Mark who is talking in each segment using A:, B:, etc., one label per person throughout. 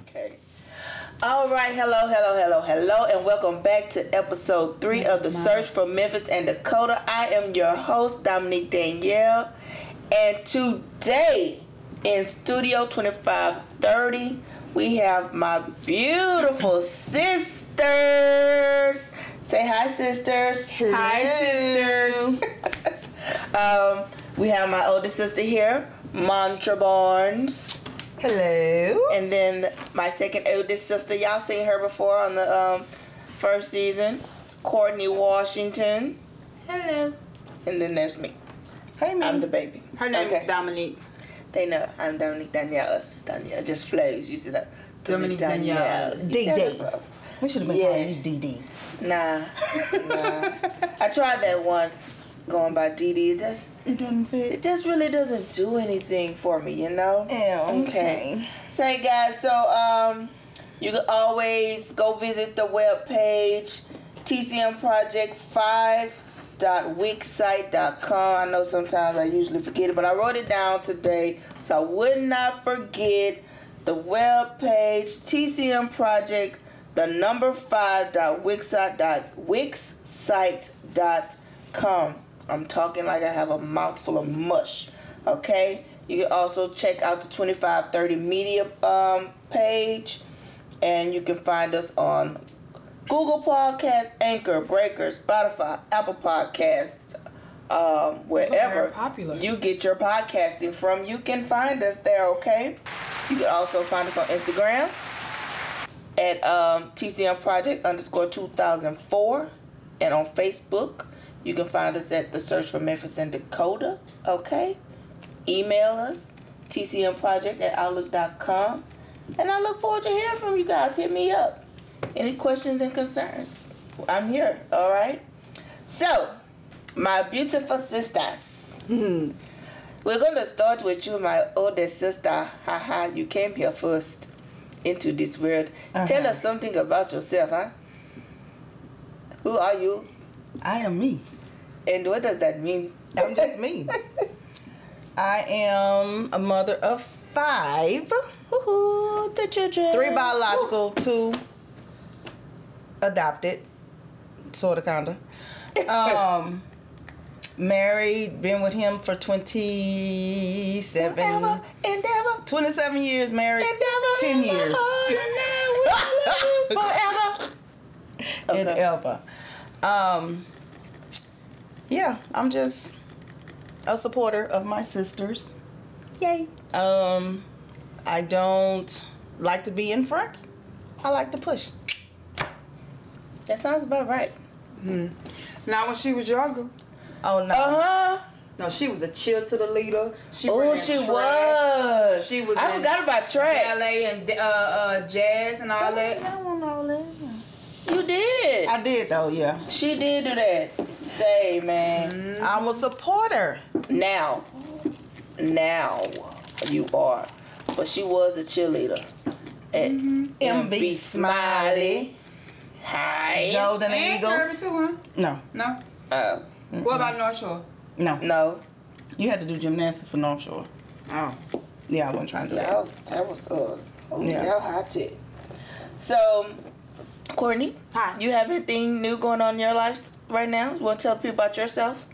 A: Okay. All right. Hello, hello, hello, hello, and welcome back to episode three of the Search for Memphis and Dakota. I am your host, Dominique Danielle, and today in Studio 2530, we have my beautiful sisters. Say hi, sisters.
B: Hi, sisters.
A: Um, we have my oldest sister here, Mantra Barnes.
B: Hello.
A: And then my second oldest sister, y'all seen her before on the um, first season, Courtney Washington.
B: Hello.
A: And then there's me.
B: Hey, me.
A: I'm the baby.
B: Her name
A: Okay.
B: is Dominique.
A: They know I'm Dominique Danielle. Danielle just flows. You see that?
B: Dominique Danielle.
C: DD. We should have been
A: Yeah.
C: calling you DD.
A: Nah, nah. I tried that once, going by DD. It just,
C: It doesn't
A: it
C: fit.
A: just really doesn't do anything for me, you know.
C: Yeah,
A: Okay. So hey guys, so um, you can always go visit the web page tcmproject5.wixsite.com. I know sometimes I usually forget it, but I wrote it down today so I would not forget the web page TCM Project the number 5.wixsite.wixsite.com. I'm talking like I have a mouthful of mush. Okay? You can also check out the 2530 Media um, page, and you can find us on Google Podcasts, Anchor, Breaker, Spotify, Apple Podcasts, um, wherever
B: very popular.
A: you get your podcasting from. You can find us there, okay? You can also find us on Instagram at um, TCM Project underscore 2004 and on Facebook. You can find us at the search for Memphis and Dakota. Okay. Email us tcmproject at outlook.com. And I look forward to hearing from you guys. Hit me up. Any questions and concerns? I'm here. All right. So, my beautiful sisters. We're going to start with you, my oldest sister. Haha, you came here first into this world.
C: Uh-huh.
A: Tell us something about yourself, huh? Who are you?
C: I am me.
A: And what does that mean?
C: I'm just me. I am a mother of five,
A: Woohoo, the children.
C: three biological, two adopted, sort of, kinda. Um, married, been with him for 27,
A: Endeavor, endeavor,
C: 27 years married,
A: endeavor.
C: 10 years.
A: Forever.
C: and
A: Okay.
C: Elba. Um, yeah, I'm just a supporter of my sisters.
A: Yay.
C: Um, I don't like to be in front. I like to push.
A: That sounds about right.
B: Not when she was younger.
C: Oh no,
A: Uh huh.
B: No, she was a chill to the leader. She
A: Oh,
B: ran
A: she
B: track,
A: was.
B: She was
A: I
B: in
A: forgot about track.
B: ballet and uh, uh, jazz and all
C: I
B: that.
C: don't want all that.
A: You did.
C: I did though. Yeah,
A: She did do that. Say, man.
C: I'm a supporter.
A: Mm-hmm. Now, now you are. But she was a cheerleader. At
C: MB Smiley,
A: Hi.
C: Golden
B: And
C: Eagles.
B: Kirby too, huh?
C: No,
B: No.
A: Oh,
B: What about North Shore?
C: no,
A: no.
C: you had to do gymnastics for North Shore.
B: Oh.
C: Yeah, I wasn't trying to do that.
A: Y'all, that was uh, oh,
C: Yeah.
A: y'all hot tip. So, Courtney,
B: Hi.
A: you have anything new going on in your life right now? You want to tell people about yourself?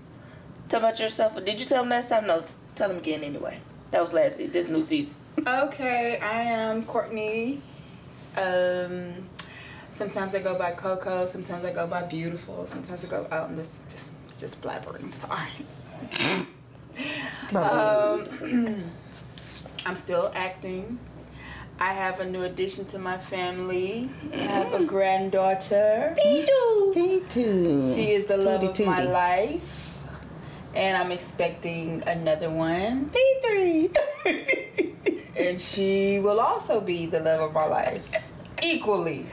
A: Tell about yourself. Did you tell them last time? No. Tell them again anyway. That was last season. This new season.
B: Okay, I am Courtney. Um, sometimes I go by Coco. Sometimes I go by Beautiful. Sometimes I go. Oh, I'm just just it's just blabbering. I'm sorry. Um, I'm still acting. I have a new addition to my family. I have a granddaughter.
C: Me too.
B: She is the love of
C: Tootie
B: my
C: tootie.
B: life. And I'm expecting another one.
A: P three.
B: And she will also be the love of my life. Equally.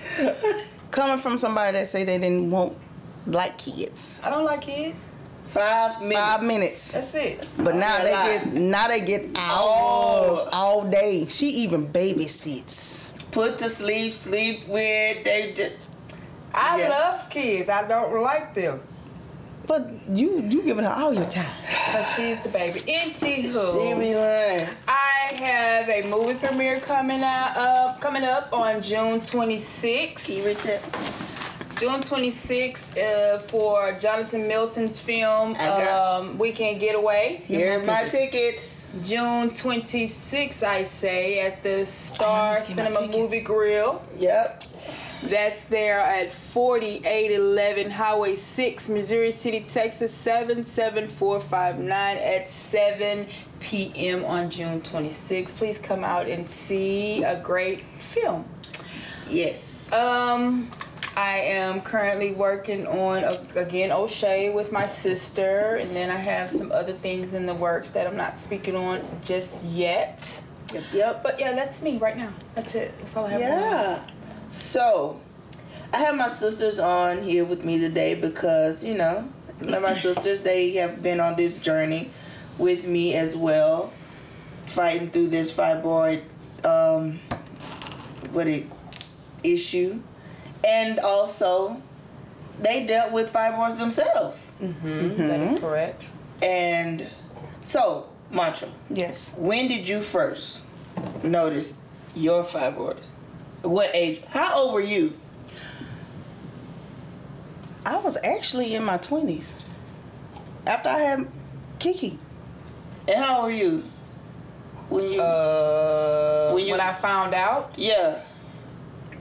C: Coming from somebody that say they didn't want like kids.
B: I don't like kids.
A: Five minutes.
C: Five minutes.
B: That's it.
C: But now
A: Oh,
C: they
A: yeah.
C: get now they get hours
A: Oh.
C: all day. She even babysits.
A: Put to sleep. Sleep with. They just.
B: I
A: Yeah.
B: love kids. I don't like them.
C: But you you giving her all your time. Oh.
B: Because she's the baby. Anywho,
A: lying.
B: I have a movie premiere coming out uh, coming up on June 26th.
A: Can you reach that?
B: June 26th uh, for Jonathan Milton's film
A: I got-
B: um, Weekend Getaway.
A: Here are my tickets.
B: June 26th, I say, at the Star
C: need to get my
B: Cinema
C: tickets.
B: Movie Grill.
A: Yep.
B: That's there at 4811 Highway 6, Missouri City, Texas 77459 at 7 p.m. on June 26th. Please come out and see a great film.
A: Yes.
B: Um, I am currently working on uh, again O'Shea with my sister, and then I have some other things in the works that I'm not speaking on just yet.
A: Yep. Yep.
B: But yeah, that's me right now. That's it. That's all I have. going on.
A: Yeah. So, I have my sisters on here with me today because, you know, my my sisters, they have been on this journey with me as well, fighting through this fibroid, um, what it, issue. And also, they dealt with fibroids themselves.
B: That is correct.
A: And so, mantra.
C: Yes.
A: When did you first notice your fibroids? What age? How old were you?
C: I was actually in my 20s after I had Kiki.
A: And how old were you? When you?
B: Uh,
A: When you-
B: when I found out,
A: yeah.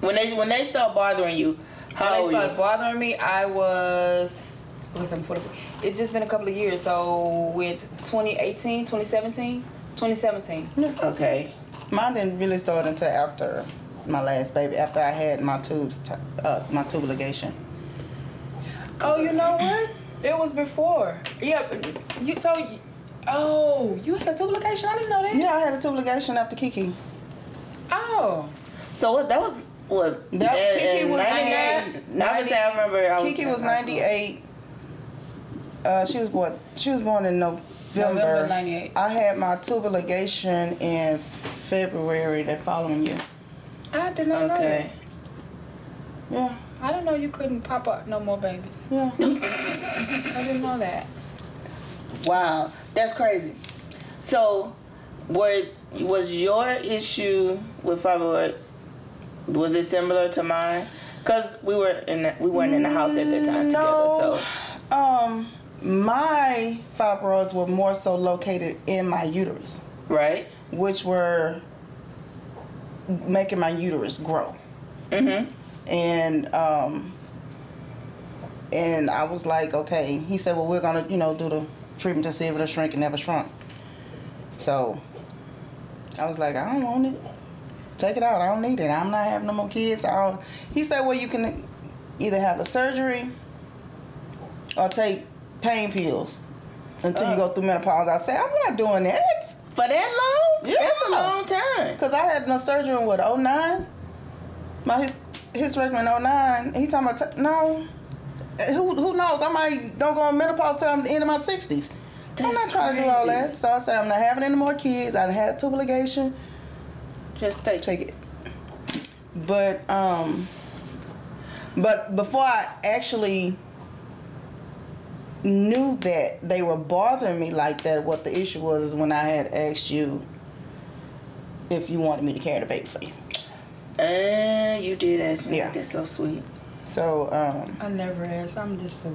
A: When they when they start bothering you, how old
B: when they
A: were
B: started
A: you?
B: bothering me, I was. Listen, I'm 40 it's just been a couple of years. So with 2018, 2017, 2017.
A: okay.
C: Mine didn't really start until after my last baby, after I had my tubes, t- uh, my tube ligation.
B: Oh, you know what? It was before. Yeah, but you so. You, oh, you had a tube location? I didn't know that.
C: Yeah, I had a tube ligation after Kiki.
B: Oh,
A: So what? That was what? eh,
C: No, Kiki was
A: 98. I would say I remember. I was
C: Kiki
A: in
C: was
A: high school.
C: 98. Uh, she was what? She was born in November.
B: November 98.
C: I had my tubal ligation in February the following year.
B: I did not know
A: Okay.
B: that.
C: Yeah,
B: I didn't know you couldn't pop up no more babies.
C: yeah.
B: I didn't know that.
A: Wow, that's crazy. So, were was your issue with fibroids was it similar to mine? Cause we were in the, we weren't in the house at that time
C: Mm, No.
A: together.
C: Um, my fibroids were more so located in my uterus,
A: So right,
C: which were making my uterus grow.
A: mm-hmm.
C: and um and I was like, okay. He said, well, we're gonna, you know, do the treatment to see if it'll shrink, and never shrunk. So I was like, I don't want it. Take it out. I don't need it. I'm not having no more kids. I don't. He said, well, you can either have the surgery or take pain pills until you go through menopause. I said, I'm not doing that
A: For that long,
C: Yeah.
A: that's a long time.
C: because I had no surgery in what 09? My his his recommend 09. He talking about t- no. Who who knows? I might don't go on menopause till I'm the end of my sixties. I'm
A: That's
C: not trying to do all
A: crazy.
C: that. So I said I'm not having any more kids. I done had tubal ligation.
A: Just take
C: Take it. But um. But before I actually knew that they were bothering me like that, what the issue was is when I had asked you if you wanted me to carry the baby for you.
A: And you did ask me.
C: Yeah.
A: That's so sweet.
C: So, um,
B: I never asked. I'm just a.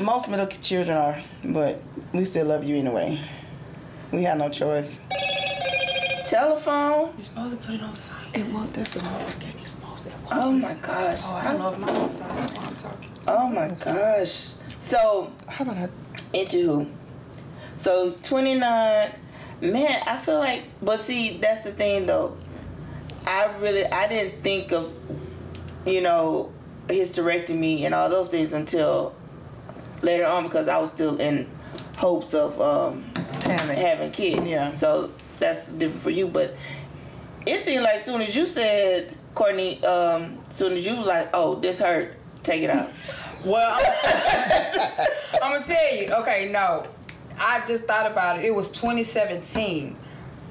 C: most middle children are, but we still love you anyway. We had no choice.
A: Telephone.
B: You're supposed to put it on silent.
C: It was, that's the notification.
A: Oh my gosh.
B: Oh, I don't know if my on silent while I'm talking.
A: Oh my gosh. So
C: How about I?
A: Anywho, so 29, man, I feel like, but see, that's the thing though. I really, I didn't think of, you know, hysterectomy and all those things until later on because I was still in hopes of um,
C: Panic.
A: having kids.
C: Yeah.
A: So that's different for you, but it seemed like soon as you said, Courtney, um, soon as you was like, oh, this hurt, take it out.
B: Well, I'm, I'm gonna tell you. Okay, no, I just thought about it. It was 2017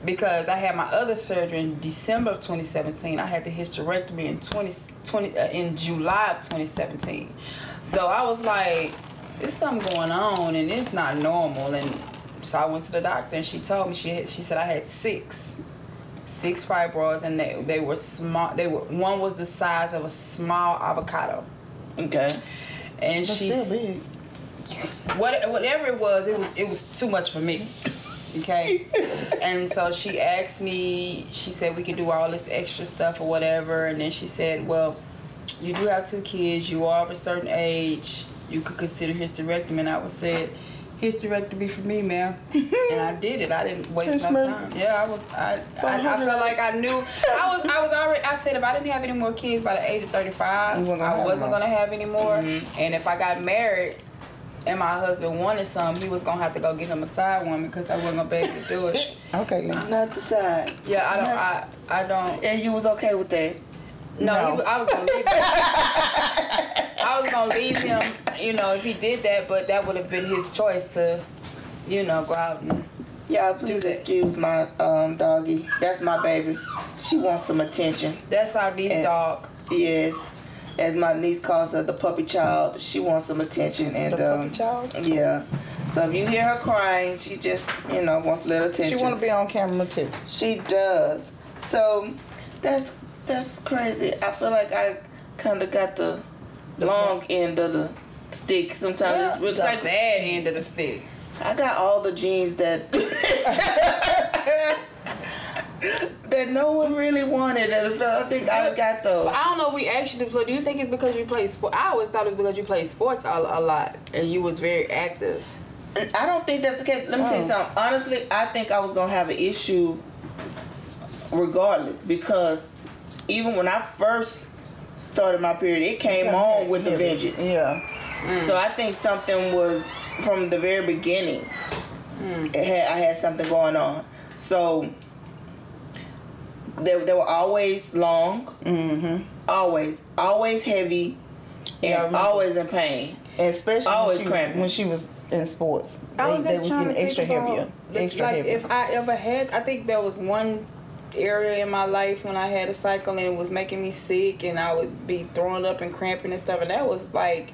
B: because I had my other surgery in December of 2017. I had the hysterectomy in 20, 20 uh, in July of 2017. So I was like, "There's something going on, and it's not normal." And So I went to the doctor and she told me she had, she said I had six, six fibroids and they they were small. They were one was the size of a small avocado,
A: Okay.
B: and
C: But
B: she
C: still big.
B: what whatever it was, it was it was too much for me. Okay. and so she asked me, she said we can do all this extra stuff or whatever, and then she said, Well, you do have two kids, you are of a certain age, you could consider hysterectomy and I was said, Hysterectomy for me, ma'am. and I did it. I didn't waste
C: Yes,
B: my
C: ma'am.
B: time. Yeah, I was I I, I felt like I knew I was I was already I said if I didn't have any more kids by the age of thirty five,
C: You weren't gonna
B: I
C: have
B: wasn't
C: no. Mm-hmm.
B: gonna have any more. And if I got married and my husband wanted some, he was gonna have to go get him a side woman because I wasn't gonna be able to do it.
C: Okay. then.
A: Not the side.
B: Yeah, I don't. I I don't.
A: And you was okay with that?
B: No,
C: No.
B: He, was- I was gonna leave. Him. I was gonna leave him. You know, if he did that, but that would have been his choice to, you know, go out and.
A: Y'all, please
B: that.
A: excuse my um doggy. That's my baby. She wants some attention.
B: That's our niece
A: And-
B: dog.
A: Yes. As my niece calls her, the puppy child. She wants some attention and
C: The
A: um
C: puppy child?
A: yeah. So if you hear her crying, she just you know wants a little attention.
C: She want to be on camera too.
A: She does. So that's that's crazy. I feel like I kind of got the long end of the stick sometimes. it's, really-
B: the
A: it's like
B: bad end of the stick.
A: I got all the genes that that no one really wanted. And I think I got those.
B: I don't know if we actually play. Do you think it's because you play sport? I always thought it was because you played sports a, a lot and you was very active.
A: I don't think that's the case. Let me tell you
C: Oh.
A: something. Honestly, I think I was gonna have an issue regardless because even when I first started my period, it came on with the vengeance.
C: Yeah. Mm.
A: So I think something was from the very beginning.
C: Mm.
A: It had, I had something going on. So they, they were always long,
C: Mm-hmm.
A: always, always heavy,
C: Yeah, I
A: and
C: remember.
A: always in pain.
C: Especially
A: Always
C: when she,
A: cramping.
C: when she was in sports.
B: I was
C: they, they
B: just trying
C: getting
B: to
C: extra
B: think about,
C: heavier.
B: like,
C: Extra
B: like,
C: heavy.
B: If I ever had, I think there was one area in my life when I had a cycle and it was making me sick, and I would be throwing up and cramping and stuff, and that was like,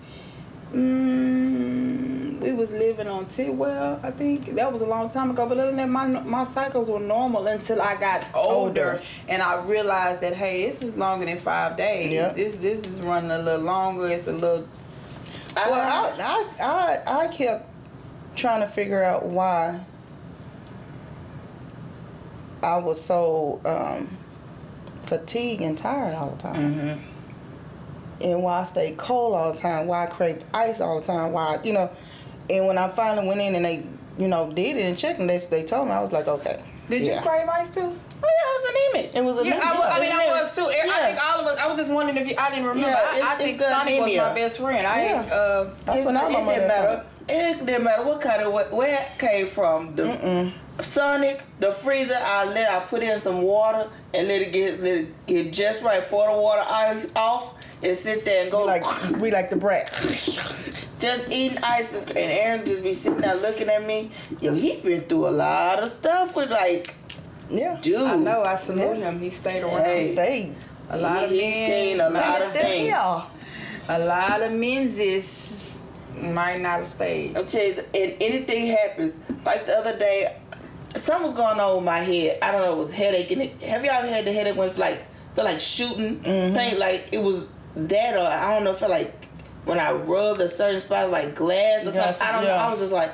B: mm, we was living on Tidwell. I think that was a long time ago. But other than that, my my cycles were normal until I got older,
C: Older.
B: and I realized that hey, this is longer than five days.
C: Yep.
B: This this is running a little longer. It's a little
A: I,
C: well, I, I I I kept trying to figure out why I was so um, fatigued and tired all the time,
B: Mm-hmm.
C: and why I stayed cold all the time, why I craved ice all the time, why I- you know, and when I finally went in and they you know did it and checked and they they told me I was like okay.
B: Did
C: yeah.
B: you crave ice too?
A: oh yeah, I was anemic.
C: It was a
B: Yeah,
C: new-
B: I, wa- I mean, I
A: Yeah.
B: was too. I
A: Yeah.
B: think all of us. I was just wondering if you, I didn't remember.
A: Yeah,
B: I,
A: it's-
B: I
A: it's
B: think
A: the
B: Sonic was
A: anemia.
B: my best friend. I
C: Yeah.
B: ain't. Uh,
C: That's when I
A: it
C: remember
A: didn't matter.
C: that.
A: It didn't matter what kind of where- where it came from. The Sonic, the freezer. I let I put in some water and let it get let it get just right. Pour the water ice off and sit there and go
C: Like we like the brat.
A: just eating ice. is- And Aaron just be sitting there looking at me. Yo, he been through a lot of stuff with like,
C: Yeah.
A: dude.
B: I know. I salute him. He stayed around.
A: Hey.
C: Stayed.
B: A lot of
A: He
B: men.
A: seen a lot of
C: Still
A: things.
C: here.
B: A lot of men's is might not have stayed.
A: I'm telling you, and anything happens. Like the other day, something was going on with my head. I don't know, it was headache. And it, have y'all ever had the headache when it's like, feel like shooting
C: Mm-hmm.
A: pain? Like it was that, or I don't know, feel like when I rubbed a certain spot, like glass or
C: Yes,
A: something. I don't know.
C: yeah.
A: I was just like,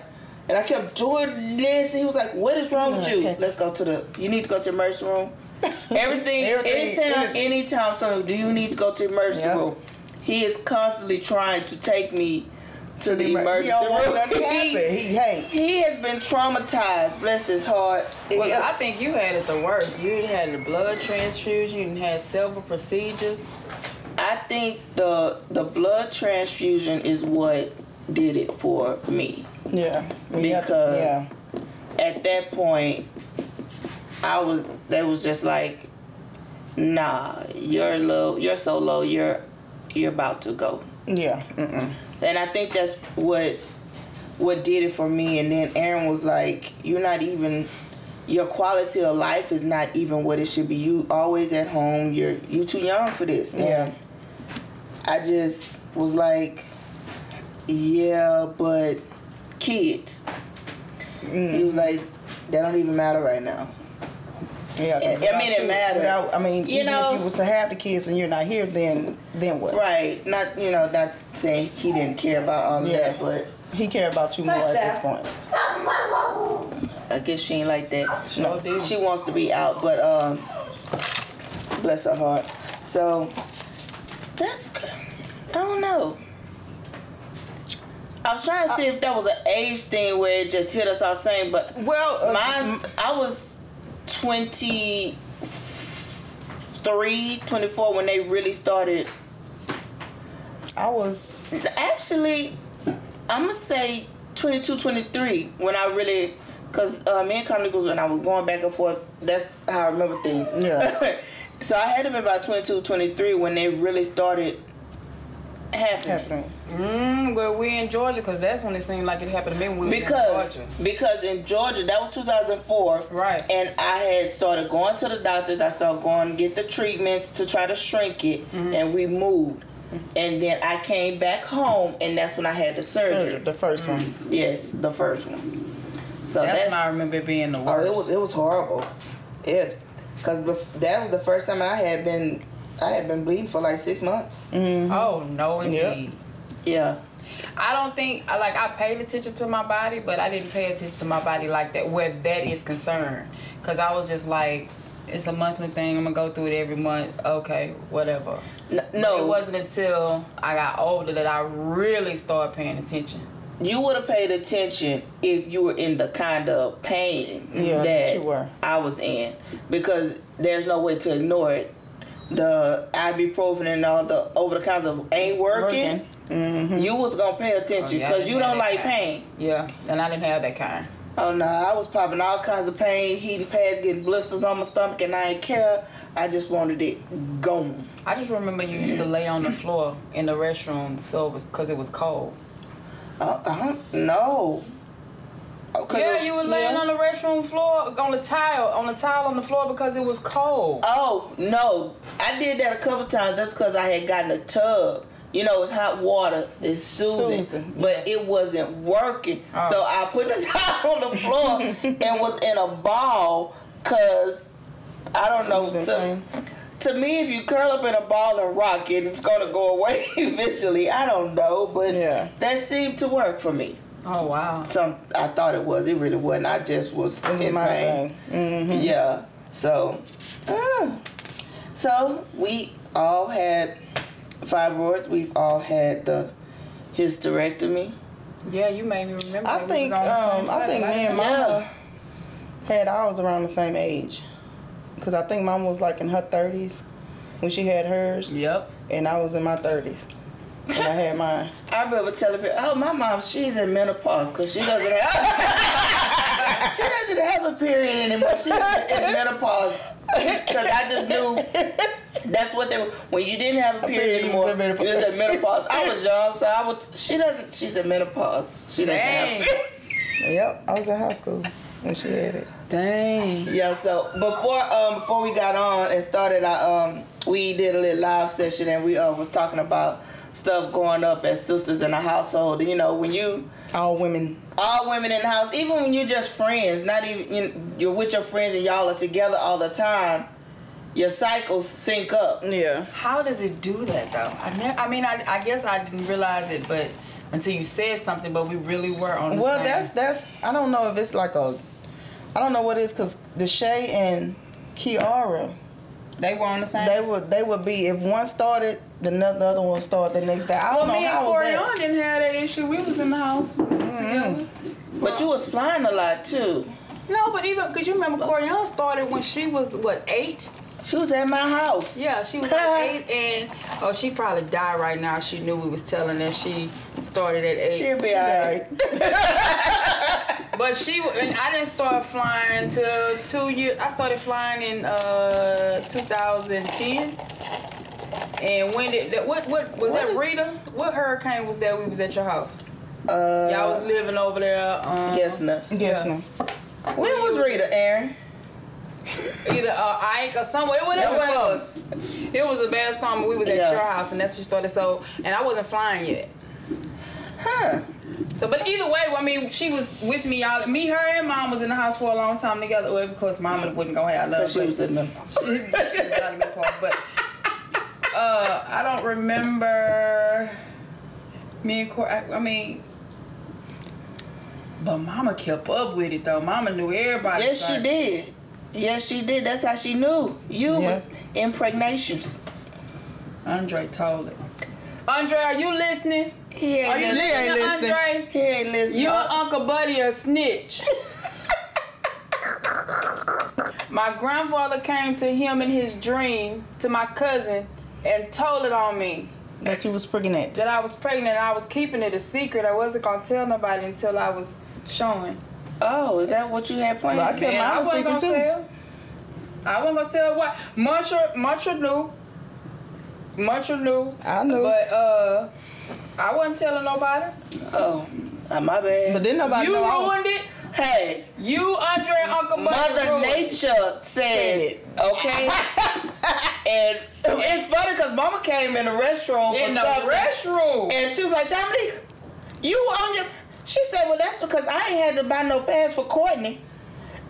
A: and I kept doing this. And he was like, What is wrong with you?
C: Okay.
A: Let's go to the, you need to go to the emergency room. Everything,
C: Everything,
A: anytime,
C: anything.
A: anytime, something, do you need to go to the emergency
C: Yeah.
A: room? He is constantly trying to take me to the
C: He
A: emergency
C: don't want
A: room.
C: nothing to happen.
A: he,
C: He hate.
A: he has been traumatized, bless his heart.
B: Well, I
A: Yeah.
B: think you had it the worst. You done had the blood transfusion. You done had several procedures.
A: I think the the blood transfusion is what did it for me.
C: Yeah. We have-
A: Because-
C: yeah.
A: At that point, I was they was just like, nah, you're low, you're so low, you're you're about to go.
C: Yeah. Mm-mm.
A: And I think that's what what did it for me. And then Aaron was like, "You're not even your quality of life is not even what it should be. You always at home. You're you too young for this."
C: Yeah.
A: And I just was like, "Yeah, but kids."
C: Mm.
A: He was like, that don't even matter right now.
C: Yeah, 'cause
A: I mean,
C: without
A: it
C: you-
A: matter.
C: Without, I mean,
A: You
C: even
A: know-
C: if you was to have the kids and you're not here, then then what?
A: Right. Not you know, not saying he didn't care about all of
C: Yeah.
A: that, but
C: He care about you more at this
A: Touchdown.
C: point.
A: I guess she ain't like that.
B: No deal.
A: She wants to be out, but um bless her heart. So that's cr- I don't know. I was trying to see if that was an age thing where it just hit us all same, but
C: Well, uh,
A: mine I was 23, 24 when they really started
C: I was
A: Actually, I'm gonna say 22, 23 when I really, cause uh, me and Comedy Goose when I was going back and forth. That's how I remember things.
C: Yeah.
A: so I had to be about 22, 23 when they really started happening.
C: happening.
B: Mm, well, we in Georgia because that's when it seemed like it happened to me. When we
A: Because
B: was in Georgia.
A: because in Georgia that was 2004,
B: Right.
A: And I had started going to the doctors. I started going to get the treatments to try to shrink it,
C: Mm-hmm.
A: and we moved. And then I came back home, and that's when I had the surgery. Mm-hmm.
C: Surgery, the first one.
A: Yes, the first one. So
B: That's,
A: that's,
B: when I remember it being the
A: oh,
B: worst.
A: it was it was horrible. Yeah, cause bef- that was the first time I had been I had been bleeding for like six months.
B: oh no, indeed.
C: Yep.
A: Yeah,
B: I don't think I like I paid attention to my body, but I didn't pay attention to my body like that where that is concerned. Cause I was just like, it's a monthly thing. I'm gonna go through it every month. Okay, whatever.
A: N-
B: But it
A: no,
B: wasn't until I got older that I really started paying attention.
A: you would have paid attention if you were in the kind of pain
C: Yeah,
A: that
C: you were.
A: I was in, because there's no way to ignore it. The ibuprofen and all the over the counter ain't working. You was gonna pay attention
B: Mm-hmm. Oh, yeah, I
A: because
B: didn't
A: you
B: have
A: don't
B: that
A: like
B: kind.
A: pain.
B: Yeah, and I didn't have that kind.
A: Oh no, I was popping all kinds of pain, heating pads, getting blisters on my stomach, and I didn't care. I just wanted it gone.
B: I just remember you used to lay on the floor in the restroom, so it was cause it was cold.
A: Uh, I don't know. Oh, 'cause
B: Yeah,
A: it-
B: you were laying on the restroom floor on the tile, on the tile on the floor because it was cold.
A: Oh no, I did that a couple times. That's because I had gotten a tub. You know, it's hot water. It's soothing,
C: Soothing,
A: but it wasn't working.
B: Oh.
A: So I put the towel on the floor and was in a ball. Cause I don't know.
C: was in
A: To, to me, if you curl up in a ball and rock it, it's gonna go away eventually. I don't know, but
C: Yeah.
A: that seemed to work for me.
B: Oh wow.
A: Some I thought it was. It really wasn't. I just was
C: It was
A: in
C: my
A: pain.
C: thing. Mm-hmm.
A: Mm. Yeah. So, mm. so we all had fibroids. We've all had the hysterectomy.
B: Yeah, you made me remember.
C: I
B: that we
C: think
B: was on the
C: um,
B: same
C: I
B: side
C: think
B: of
C: me and
B: life.
C: Mama had ours around the same age, cause I think Mama was like in her thirties when she had hers,
B: Yep.
C: and I was in my thirties when I had mine.
A: I remember telling people, "Oh, my mom, she's in menopause because she doesn't have she doesn't have a period anymore. She's in menopause." Because I just knew that's what they were. When you didn't have a period
C: period, you
A: anymore,
C: was
A: you
C: in
A: was
C: menopause.
A: in menopause. I was young, so I would. She doesn't. She's in menopause. She doesn't have.
B: Dang.
C: Yep, I was in high school when she had it.
B: Dang.
A: Yeah, so before um before we got on and started our um we did a little live session and we uh was talking about stuff growing up as sisters in a household. You know, when you
C: All women.
A: all women in the house, even when you're just friends, not even you, you're with your friends and y'all are together all the time, your cycles sync up.
C: Yeah.
B: How does it do that though? I ne- I mean, I, I guess I didn't realize it, but until you said something, but we really were on. The
C: Well,
B: same.
C: that's that's. I don't know if it's like a. I don't know what it is, cause Deshay and Kiara,
B: they were on the same.
C: they would they would be if one started, the no- the other one started the Mm-hmm. next day. I
B: well,
C: don't
B: me and
C: know how was that.
B: Corian didn't have that issue. We was in the house together.
A: But you was flying a lot too.
B: No, but even because you remember Corian started when she was what eight.
A: She was at my house.
B: Yeah, she was like eight, and oh, she probably died right now. She knew we was telling that she started at eight.
A: She'll be alright.
B: But she and I didn't start flying till two years. I started flying in uh 2010. And when did that? What what was
A: What
B: that?
A: is-
B: Rita? What hurricane was that? We was at your house.
A: Uh,
B: Y'all was living over there. Um,
A: yes, no.
C: Yes,
B: Yeah.
C: ma'am.
A: When was Rita, Aaron?
B: Either uh, Ike or somewhere. Whatever
A: Nobody-
B: it was. It was a bad storm. We was at
A: Yeah.
B: your house, and that's when she started. So and I wasn't flying yet.
A: Huh.
B: So, but either way, well, I mean, she was with me. Y'all, me, her, and mom was in the house for a long time together. Well, of course, mom wasn't gonna have love.
A: Because she
B: but-
A: was in them.
B: she, she was out of me part, but uh, I don't remember me and Corey. I, I mean, but Mama kept up with it though. Mama knew everybody.
A: Yes, she
B: like,
A: did. Yes, she did. That's how she knew you
C: Yeah.
A: was impregnations.
B: Andre told it. Andre, are you listening?
A: He ain't
B: Are you
A: listen-
C: Lee ain't
B: listening,
C: listening.
B: Andre?
A: He ain't listening.
B: You and
A: Uh,
B: Uncle Buddy a snitch. my grandfather came to him in his dream to my cousin and told it on me.
C: That you was pregnant.
B: that I was pregnant and I was keeping it a secret. I wasn't gonna tell nobody until I was showing.
A: oh, is that what you had planned?
C: Well, I kept
B: And
C: mine
B: I
C: a
B: wasn't gonna
C: secret too.
B: tell. I wasn't gonna tell what Mantra Mantra knew. Mantra knew.
C: I knew.
B: But uh I wasn't telling nobody.
A: Oh, uh, my bad.
C: But then nobody
B: you
C: know I was-
B: ruined it.
A: hey,
B: You, Andre, and Uncle Buddy
A: Mother
B: ruined it.
A: Nature said it. Okay. and it's funny because Mama came in the restroom for
B: in the
A: something,
B: restroom.
A: and she was like, Dominique, you on your? She said, Well, that's because I ain't had to buy no pads for Courtney.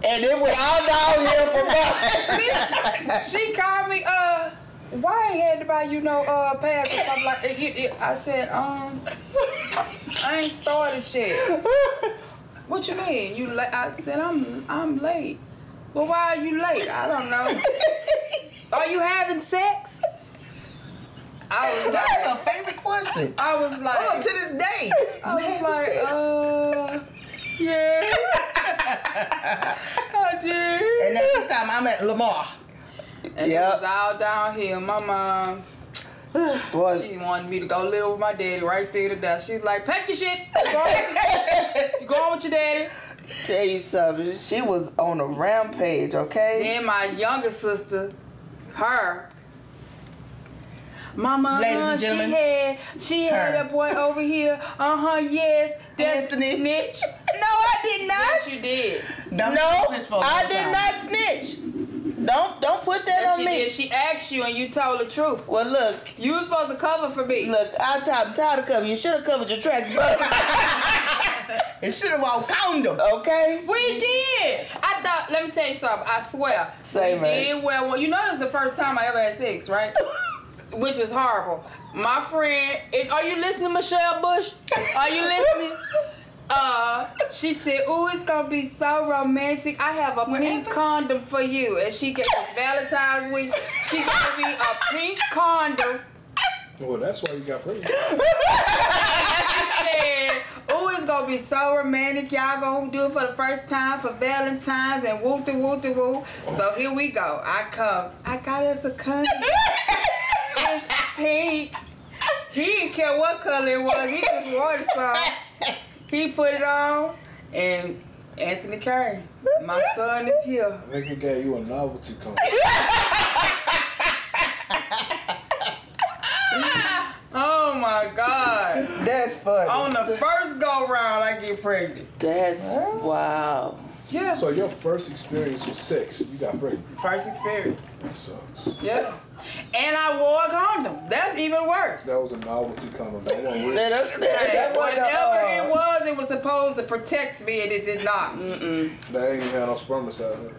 A: And it went all downhill from there.
B: she called me, uh, why ain't had to buy you no uh pads? and stuff like that?" You- you- I said, um, I ain't started shit. What you mean? You late? I said I'm I'm late. Well, why are you late? I don't know. are you having sex? I was
C: That's her
B: like,
C: favorite question.
B: I was
C: Up to
B: like,
C: this day.
B: I was like, uh, yeah, I did.
C: And next time I'm at Lamar.
B: And
A: Yep.
B: it was all downhill. My mom,
A: Boy,
B: she wanted me to go live with my daddy right there to die. She's like, pack your shit. You going- You going with your daddy?
A: tell you something. She was on a rampage, okay?
B: Then my younger sister, her. Mama,
C: Ladies and
B: uh, she
C: gentlemen,
B: had she had
C: her.
B: that boy over here. Uh huh. Yes, that's the
C: Anthony.
B: snitch.
A: No, I did not.
B: Yes, you did.
A: no,
C: Don't snitch for a
A: I
C: long
A: did
C: time.
A: not snitch. Don't don't put that
B: Yes,
A: on
B: she
A: me.
B: did. She asked you, and you told the truth.
A: Well, look,
B: You was supposed to cover for me.
A: look. I'm tired, I'm tired of covering. You should have covered your tracks, but
C: It should have walked on them.
A: okay.
B: We did. I thought. Let me tell you something. I swear.
A: Say,
B: we
A: man.
B: did well. Well, you know, it was the first time I ever had sex, right? Which was horrible. My friend, and are you listening, Michelle Bush? Are you listening? Uh, she said, "Ooh, it's gonna be so romantic. I have a pink condom for you." And she gave us Valentine's week. She gave me a pink condom.
D: Well, that's why you got pregnant.
B: said, Ooh, it's gonna be so romantic. Y'all gonna do it for the first time for Valentine's and woo de woo de woo. So here we go. I come. I got us a condom. it's pink. He didn't care what color it was. He just wanted some. He put it on, and Anthony Curry, my son is here.
D: Nigga gave you a novelty cone.
B: Oh my God!
C: That's funny.
B: On the first go round, I get pregnant.
A: That's wow.
B: Yeah.
D: So your first experience with sex, you got pregnant.
B: First experience.
D: That sucks.
B: Yeah. And I wore a condom. That's even worse.
D: That was a novelty condom. That one real.
A: That, that,
B: Hey,
A: that wasn't,
B: whatever
A: uh,
B: it was, it was supposed to protect me, and it did not.
D: That ain't even had no spermicide in it.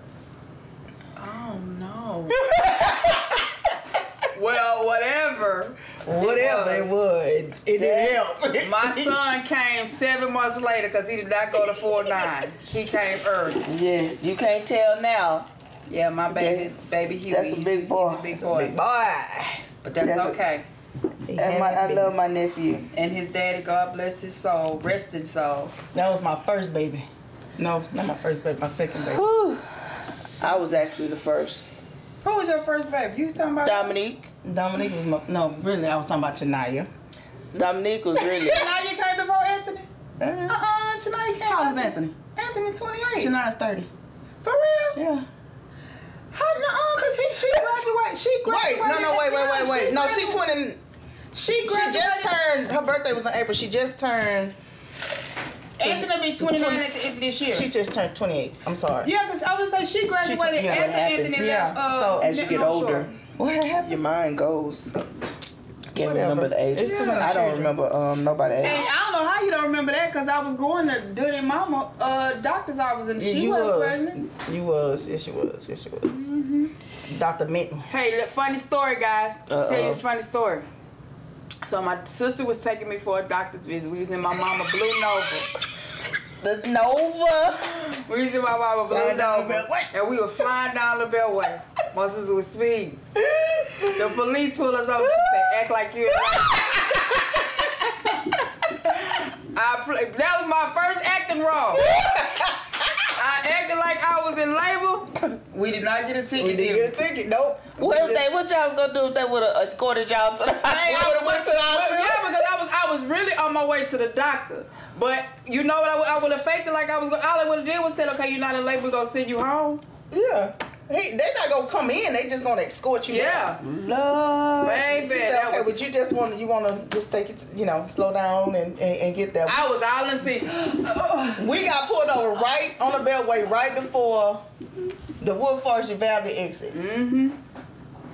B: Oh no. well, whatever.
C: Whatever it was, it, it didn't help.
B: My son came seven months later because he did not go to four nine. He came early.
A: Yes, you can't tell now.
B: Yeah, my baby's baby Huey.
A: that's a big boy.
B: He's a big boy.
C: Big boy.
B: But that's,
A: That's a-
B: okay.
A: And my, I love my nephew.
B: and his daddy, God bless his soul, rest his soul.
C: That was my first baby. No, not my first baby, my second baby.
A: Whew. I was actually the first.
B: Who was your first baby? You was talking about?
A: Dominique.
C: Dominique was my, no, really, I was talking about Janaya.
A: Dominique was really.
B: Janaya came before Anthony.
C: Uh,
B: Uh-uh, Janaya came.
C: how old is Anthony?
B: Anthony 28.
C: Janaya's 30.
B: For real?
C: Yeah.
B: How no? Cause he she graduated. She
C: Wait,
B: graduated.
C: no, no, wait, wait, wait, wait. No, she
B: graduated-
C: 20.
B: She
C: She just
B: graduated.
C: turned, her birthday was in April. She just turned,
B: Anthony be 29 at the end of this year.
C: she just turned 28. I'm sorry.
B: yeah, cause I would say she graduated
A: yeah,
B: after
A: that happens.
B: Anthony
C: Yeah,
B: left. Uh,
C: so-
A: As you get
B: North
A: older,
B: Shore.
C: What happened?
A: your mind goes. Can't
C: Whatever.
A: remember the age.
C: It's too many
A: I don't
C: children.
A: remember um nobody age.
B: And I don't don't know how you don't remember that because I was going to Dirty Mama uh, doctor's office and
C: Yeah,
B: she
C: you
B: wasn't
C: was.
B: pregnant. Mm-hmm.
C: You was. Yes, you was. Yes, you was. Dr. Minton.
B: Hey, look, funny story, guys.
C: Uh-oh.
B: Tell you this funny story. So my sister was taking me for a doctor's visit. We was in my mama Blue Nova.
A: The Nova.
B: We was in my mama Blue
A: Flying down
B: Nova,
A: the Beltway.
B: and we were flying down the Beltway. My sister was speeding. The police pulled us over. She said, "Act like you." in life." I pl- that was my first acting role. I acted like I was in labor. We did not get a ticket. did
C: You didn't
B: we?
C: get a ticket. Nope.
A: What if
C: You
A: they? What y'all was gonna do if they would have escorted y'all to the
B: Hey,
A: hospital?
B: I would have went to the hospital. Yeah, because I was I was really on my way to the doctor. But you know what? I would, I would have faked it like I was. Gonna, all I would have did was said, "Okay, you're not in labor. We're gonna send you home."
C: just- Yeah. Hey, they not gonna come in. They just gonna escort you.
B: Yeah,
A: Lord.
B: baby.
C: Down. He
B: that
C: said, okay,
B: was-
C: but you just want to you want to just take it, to, you know, slow down and, and, and get there.
B: I was all in see.
C: we got pulled over right on the beltway right before the Wood Forest Valley exit. Mm-hmm.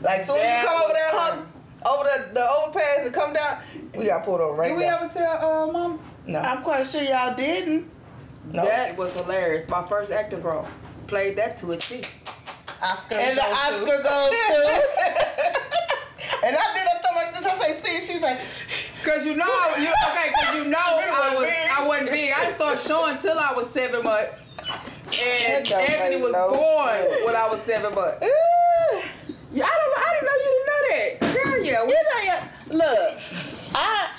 C: Like soon as
B: That
C: you come over
B: was
C: there, huh, over the, the overpass and come down, we got pulled over right
B: Did we
C: there.
B: ever tell uh, mom?
C: no,
A: I'm quite sure y'all didn't.
C: no.
B: That was hilarious. My first acting role. Played that to a T.
C: Oscar
A: And the
C: goes to-
A: Oscar goes to.
C: And I did her stomach. This I say, see, she was like,
B: Cause you know, I, you, okay, cause you know I
C: wasn't
B: was,
C: big.
B: I wasn't big. I just started showing till I was seven months,
A: That
B: and
A: don't
B: Anthony
A: make
B: was
A: no
B: born
A: sense.
B: when I was seven months.
C: "Ooh."
B: Yeah, I don't know. I didn't know you didn't know that. Girl, yeah. We,
A: Look, I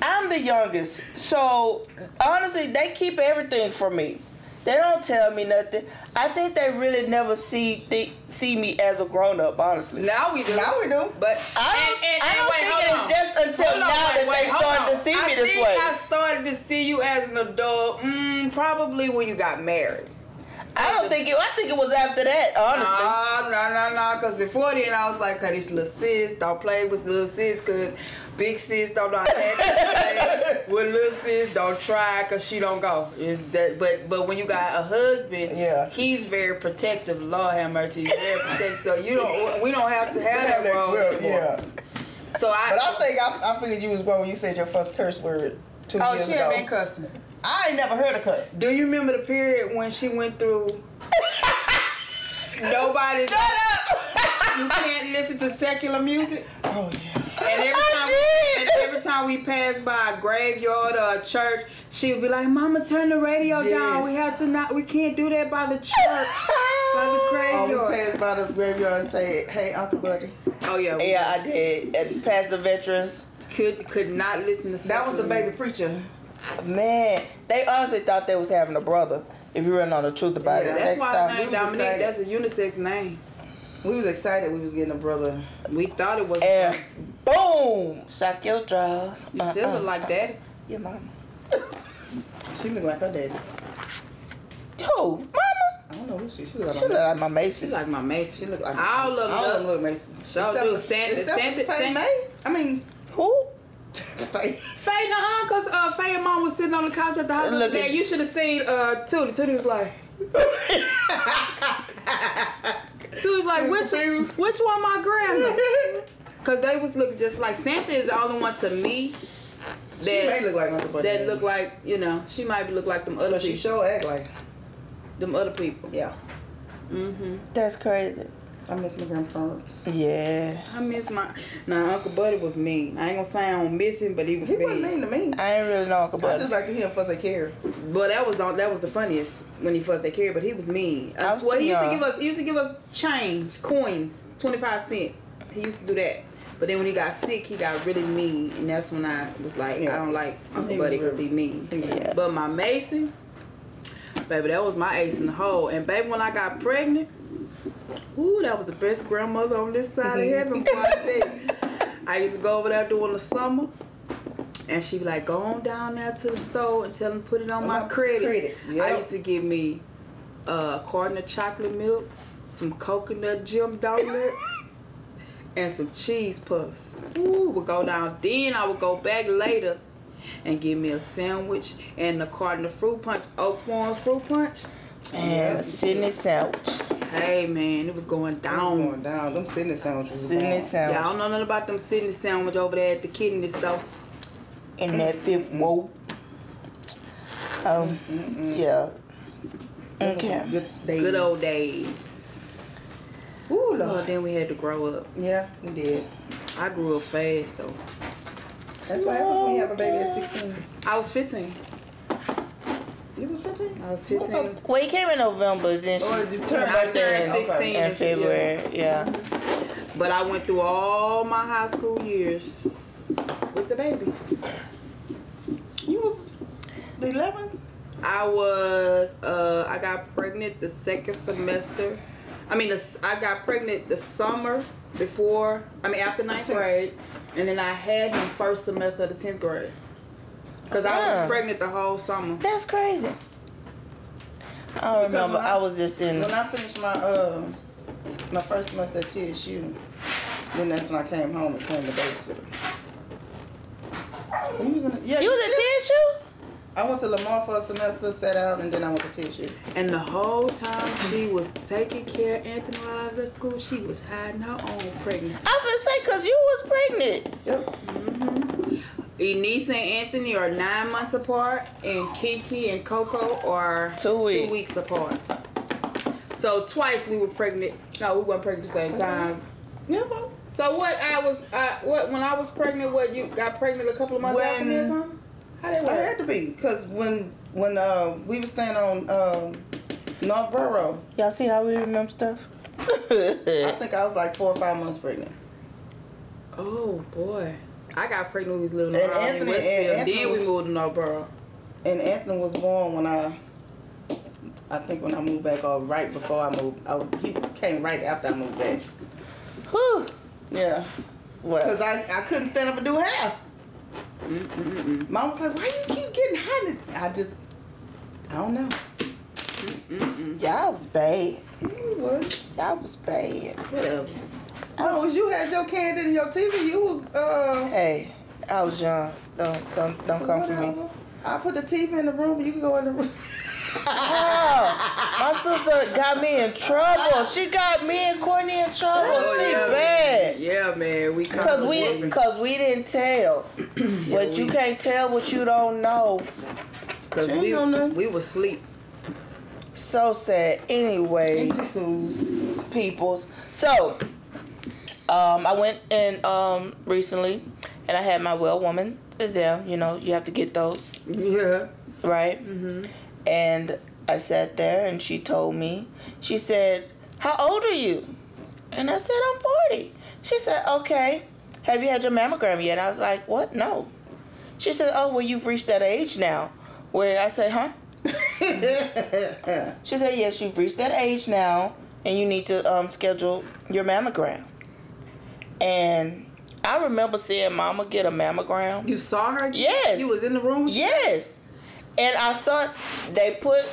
A: I'm the youngest, so honestly, they keep everything from me. They don't tell me nothing. I think they really never see thi- see me as a grown up. Honestly,
B: now we do.
C: now we do.
B: But
A: I don't,
B: and- and-
A: I
B: and
A: don't
B: wait,
A: think it's
B: hold on.
A: just until
B: Hold
A: now
B: on,
A: that
B: wait, wait,
A: they
B: hold
A: start
B: on.
A: to see
B: I
A: me this
B: think
A: way.
B: I started to see you as an adult, mm, probably when you got married.
A: I don't think it. I think it was after that. Honestly,
B: No, no, no, no. Because before then, I was like, "Cause this little sis don't play with little sis, cause big sis don't know how to play with little sis. Don't try, cause she don't go." Is that? But but when you got a husband,
C: Yeah.
B: he's very protective. Lord have mercy, he's very protective. So you don't, we don't have to
C: We
B: have
C: have
B: that
C: that
B: role
C: girl,
B: anymore.
C: yeah.
B: So I.
C: But I think I, I figured you was grown when you said your first curse word two
B: oh,
C: years
B: she
C: ago.
B: had been cussing.
C: I ain't never heard a cuss.
B: Do you remember the period when she went through? Nobody. Shut up! you can't listen to secular music.
C: Oh yeah.
B: And every time,
A: I
B: and every time we passed by a graveyard or a church, she would be like, "Mama, turn the radio down.
C: Yes.
B: We have to not. We can't do that by the church, by the
C: Oh, we
B: graveyard."
C: passed by the graveyard and said, "Hey, Uncle Buddy."
B: Oh, yeah, we
A: yeah, I did. At past the veterans,
B: could could not listen to.
C: That was the
B: secular
C: baby preacher.
A: man, they honestly thought they was having a brother. If you really know the truth about
C: Yeah,
A: it,
B: music. That's
A: They
B: why
A: thought-
B: the
C: we
B: name
C: was
B: Dominique.
C: excited.
B: That's a unisex name.
C: We was excited. We was getting a brother.
B: We thought it was.
A: And boom, shock your drawers.
B: you still
A: Uh-uh.
B: look like that.
A: your mama.
C: She looked like her daddy.
A: Who? Mama?
C: I don't know who she. She looked
A: She look
C: like.
A: like my
B: You
A: Mason.
B: like my Mason.
C: She looked like.
B: All of
C: All
B: them. look-
C: of them look Mason.
B: Sure do. Santa-
C: except
B: Santa-
C: for Faye
B: Santa-
C: May. I mean,
A: Who?
C: Faye.
B: Faye, uh, cause uh, Faye and mom was sitting on the couch at the house.
A: Look
B: Look
A: at-
B: you should have seen uh, Tootie. Tootie was like. Tootie was like,
C: She was
B: which
C: confused.
B: which one my grandma? Cause they was looking just like Santa is the only one to me that
C: she may look like Uncle Buddy.
B: that look like you know she might look like them other
C: But she
B: people.
C: sure act like.
B: Them other people.
C: Yeah.
B: Mm-hmm.
A: That's crazy.
C: I miss my grandparents.
A: Yeah.
B: I miss my. Nah, Uncle Buddy was mean. I ain't gonna say I don't miss him, but he was
C: He
B: mean.
C: wasn't mean to me.
A: I ain't really know Uncle
C: I
A: Buddy.
C: just like to hear him fuss and care.
B: But that was on, that was the funniest when he first that carried. But he was mean. Uh,
A: I was
B: well, he
A: too
B: used to
A: young.
B: give us he used to give us change, coins, twenty five cent. He used to do that. But then when he got sick, he got really mean, and that's when I was like, I
C: Yeah.
B: don't like Uncle
C: He
B: Buddy
C: was
B: because he mean.
A: Yeah.
B: But my Mason, baby, that was my ace in the hole. And baby, when I got pregnant, ooh, that was the best grandmother on this side of heaven. boy, I tell you. I used to go over there during the summer, and she be like, go on down there to the store and tell them to put it on my
C: My
B: credit.
C: Uh-huh. credit,
B: I
C: yep.
B: used to give me uh, a carton of chocolate milk, some coconut Jim donuts, and some cheese puffs. Ooh, would go down. Then I would go back later and give me a sandwich and a carton of fruit punch, Oak Farms fruit punch.
A: And Sydney sandwich.
B: Hey man, it was going down.
C: Going down. Them Sydney sandwiches. was
A: Sydney
C: bomb.
A: sandwich.
B: Y'all don't know nothing about them Sydney sandwich over there at the kidney store.
A: In that fifth whoa. Um, yeah.
C: Those were some
A: Okay.
C: Good days.
B: Good old days.
C: Ooh,
B: Oh,
C: Lord.
B: then we had to grow up.
C: Yeah, we did.
B: I grew up fast though.
C: That's what happens when you have a baby at 16.
B: I was 15.
C: You was 15?
B: I was 15.
A: Well, he came in November, then she
C: Or you
A: turned
C: turned
A: birthday in,
B: 16
A: in
B: in
A: February. Yeah.
B: But I went through all my high school years with the baby.
C: You was 11?
B: I was uh I got pregnant the second semester. I mean, the, s- I got pregnant the summer before. I mean, after ninth grade, and then I had him first semester of the tenth grade. Cause I
A: Yeah.
B: was pregnant the whole summer.
A: That's crazy. I don't remember.
C: when I-
A: I, was just in.
C: When I finished my uh, my first semester at TSU, then that's when I came home and came to babysitter. You was in the- yeah,
A: you was at
C: I went to Lamar for a semester, sat out, and then I went to TSU.
B: And the whole time she was taking care of Anthony while I was at school, she was hiding her own pregnancy.
A: TSU? I was say because you was pregnant.
C: Yep.
B: Enisa and Anthony are nine months apart, and Kiki and Coco are
A: Two weeks.
B: two weeks apart. So twice we were pregnant. No, we weren't pregnant at the same time.
C: Yeah, well,
B: So what I was, I, what when I was pregnant, what you got pregnant a couple of months after me or
C: When-
B: something? How did
C: I
B: work?
C: had to be, cause when when uh, we were staying on um, Northborough,
A: Y'all see how we remember stuff?
C: I think I was like four or five months pregnant.
B: Oh boy, I got pregnant when we was living
C: And
B: in Raleigh,
C: Anthony- and
B: Westfield.
C: Anthony
B: then we
C: was-
B: moved to Northborough.
C: And Anthony was born when I, I think when I moved back, or right before I moved. I, he came right after I moved back.
A: Whew.
C: Yeah. Cause
A: Well,
C: I, I couldn't stand up and do hair. Mom was like, why you keep getting hot? And I just, I don't know.
A: y'all was bad.
C: You would.
A: Y'all was bad.
B: Whatever.
C: Oh, you had your candy and your TV. You was, uh,
A: Hey, I was young. Don't don't don't come for me.
C: whatever. I put the TV in the room. You can go in the room.
A: Oh, my sister got me in trouble. She got me and Courtney in trouble. she bad.
B: Man. Yeah, man, we caught
A: Cause
B: the
A: we,
B: whooping.
A: cause we didn't tell, but you can't tell what you don't know.
B: Cause
C: She ain't
B: we,
C: on nothing.
B: we was sleep.
A: So sad. Anyway,
C: Anticoos.
A: peoples. So, um, I went and um recently, and I had my well woman exam. You know, you have to get those
B: Yeah.
A: right?
B: Mm-hmm.
A: And I sat there and she told me, she said, How old are you? And I said, I'm 40. She said, Okay, have you had your mammogram yet? I was like, What? No. She said, Oh, well, you've reached that age now. Where I said, Huh? she said, Yes, you've reached that age now and you need to um, schedule your mammogram. And I remember seeing Mama get a mammogram.
B: You saw her?
A: Yes.
B: You was in the room?
A: Yes. And I saw they put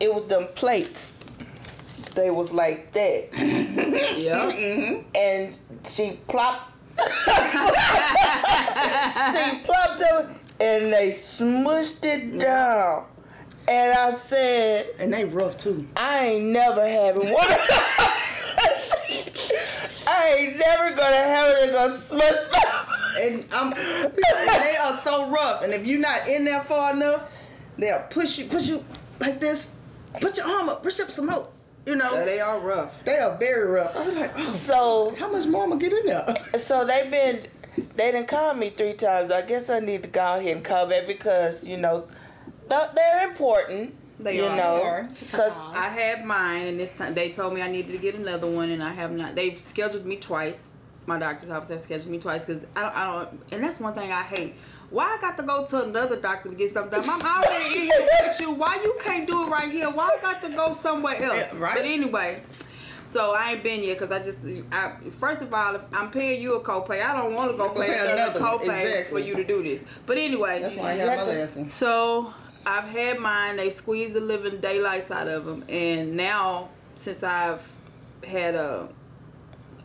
A: it was them plates. They was like that.
B: Yeah.
A: And she plopped she plopped them and they smushed it down. And I said,
C: and they rough too.
A: I ain't never having one. of those. I ain't never gonna have it. It's gonna smush my
C: And I'm, they are so rough. And if you're not in there far enough, they'll push you, push you like this. Put your arm up, push up some more. You know,
B: Yeah, they are rough.
C: they are very rough. I'm like, oh,
A: So
C: How much more am I get in there?
A: So they've been, they didn't call me three times. I guess I need to go ahead and call back because you know, th- they're important.
B: They
A: you
B: are. They
A: know,
B: are.
A: because
B: I had mine, and this time they told me I needed to get another one, and I have not. They've scheduled me twice. My doctor's office has scheduled me twice because I don't, I don't, and that's one thing I hate. Why I got to go to another doctor to get something? done? I'm already in here with you. Why you can't do it right here? Why I got to go somewhere else?
C: Yeah, Eh, right.
B: But anyway, so I ain't been yet because I just, I, first of all, if I'm paying you a copay. I don't want to go pay
C: Pay
B: another,
C: another one.
B: copay for
C: Exactly.
B: you to do this. But anyway,
C: That's why I
B: you
C: had my
A: got the-
C: last one.
B: so I've had mine. They squeezed the living daylights out of them, and now since I've had a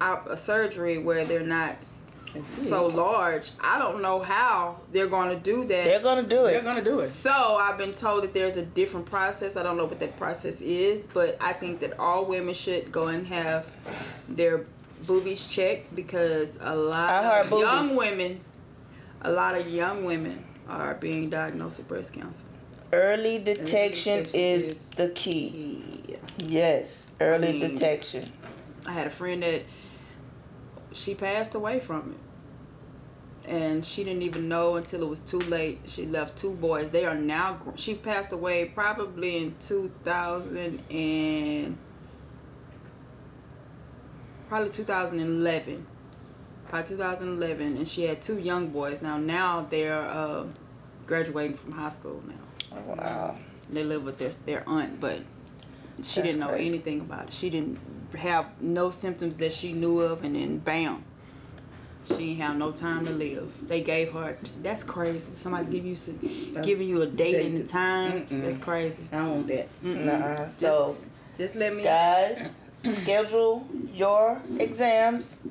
B: op- a surgery where they're not so large, I don't know how they're going to do that.
A: they're gonna do
C: They're
A: it.
C: gonna do it.
B: so I've been told that there's a different process. I don't know what that process is, but I think that all women should go and have their boobies checked because a lot
A: I heard
B: of
A: boobies.
B: young women, a lot of young women are being diagnosed with breast cancer.
A: Early detection
C: detection
A: is
C: is
A: the key.
C: Yeah.
A: Yes, early
B: I mean-
A: detection.
B: I had a friend that she passed away from it. And she didn't even know until it was too late. She left two boys. They are now, gr- she passed away probably in 2000 and, probably 2011. By 2011, and she had two young boys. Now, now they're uh, graduating from high school now.
A: Wow.
B: They live with their their aunt, but she
A: That's
B: didn't know
A: crazy.
B: anything about it. She didn't have no symptoms that she knew of, and then bam, she didn't have no time to live. They gave her. That's crazy. Somebody give you s- giving you a date and a
C: Date.
B: time.
C: Mm-mm.
B: That's crazy.
C: I own that.
B: mm-hmm.
A: Nuh-uh. So,
B: Just let me.
A: guys, schedule your exams.